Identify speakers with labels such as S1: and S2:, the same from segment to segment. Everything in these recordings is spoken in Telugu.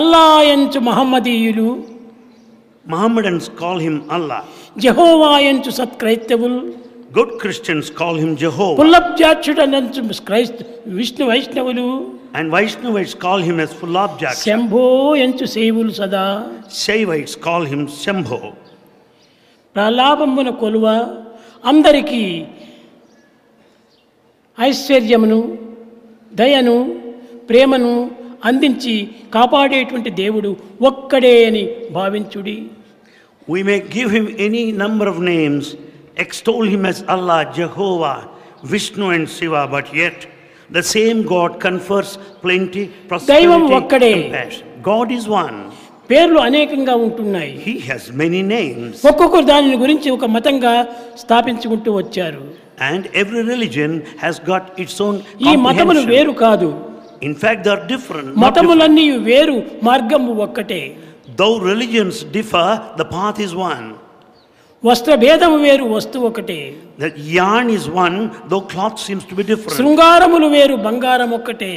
S1: అల్లాయంచు మహమ్మదీయులు
S2: Mohammedans call him Allah.
S1: జహోవాయంచు సత్క్రైస్తవులు
S2: Good Christians call him Jehovah.
S1: పుల్లబ్జాక్షుడనంచు క్రైస్త Vishnu వైష్ణవులు
S2: And Vaishnavites call him as Fulabjak.
S1: Shambho ఎంచు సేవులు సదా
S2: Saivites call him Sembho.
S1: ప్రలాభమున కొలువ అందరికీ ఐశ్వర్యమును దయను ప్రేమను అందించి కాపాడేటువంటి దేవుడు ఒక్కడే అని భావించుడి
S2: We may give him any number of names, extol him as Allah, Jehovah, Vishnu, and Shiva, but yet the same God confers plenty, prosperity,
S1: దైవం ఒక్కడే.
S2: compassion. God is one.
S1: పేర్లు అనేకంగా ఉంటున్నాయి
S2: He has many names,
S1: ఒక్కొక్కరు దానిని గురించి ఒక మతంగా స్థాపించుకుంటూ వచ్చారు
S2: and every religion has got its own
S1: ఈ మతములు
S2: comprehension.
S1: వేరు కాదు
S2: In fact, they are different. not different.
S1: మతములన్నీ వేరు మార్గము ఒక్కటే
S2: Though religions differ, the path is one.
S1: వస్త్ర భేదము వేరు వస్తువు ఒకటే
S2: The yarn is one, though cloth seems to be different.
S1: శృంగారములు వేరు బంగారం ఒక్కటే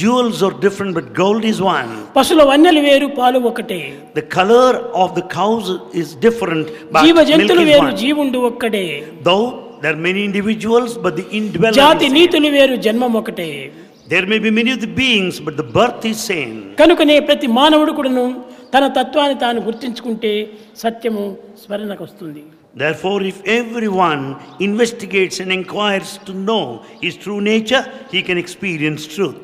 S2: Jewels are different, but gold is one.
S1: పశుల వన్నెలు వేరు పాలు ఒకటే
S2: The color of the cows is different, but
S1: జీవ
S2: milk
S1: జంతువులు
S2: is
S1: వేరు
S2: one.
S1: జీవుండు ఒక్కడే
S2: Though there are many individuals, but the
S1: జాతి
S2: indwelling.
S1: నీతులు వేరు జన్మం ఒకటే
S2: There may be many of the beings, but the birth is same.
S1: కనుకనే ప్రతి మానవుడు కూడాను తన తత్వాన్ని తాను గుర్తించుకుంటే సత్యము స్మరణకు వస్తుంది
S2: Therefore, if everyone investigates and inquires to know his true nature, he can experience truth.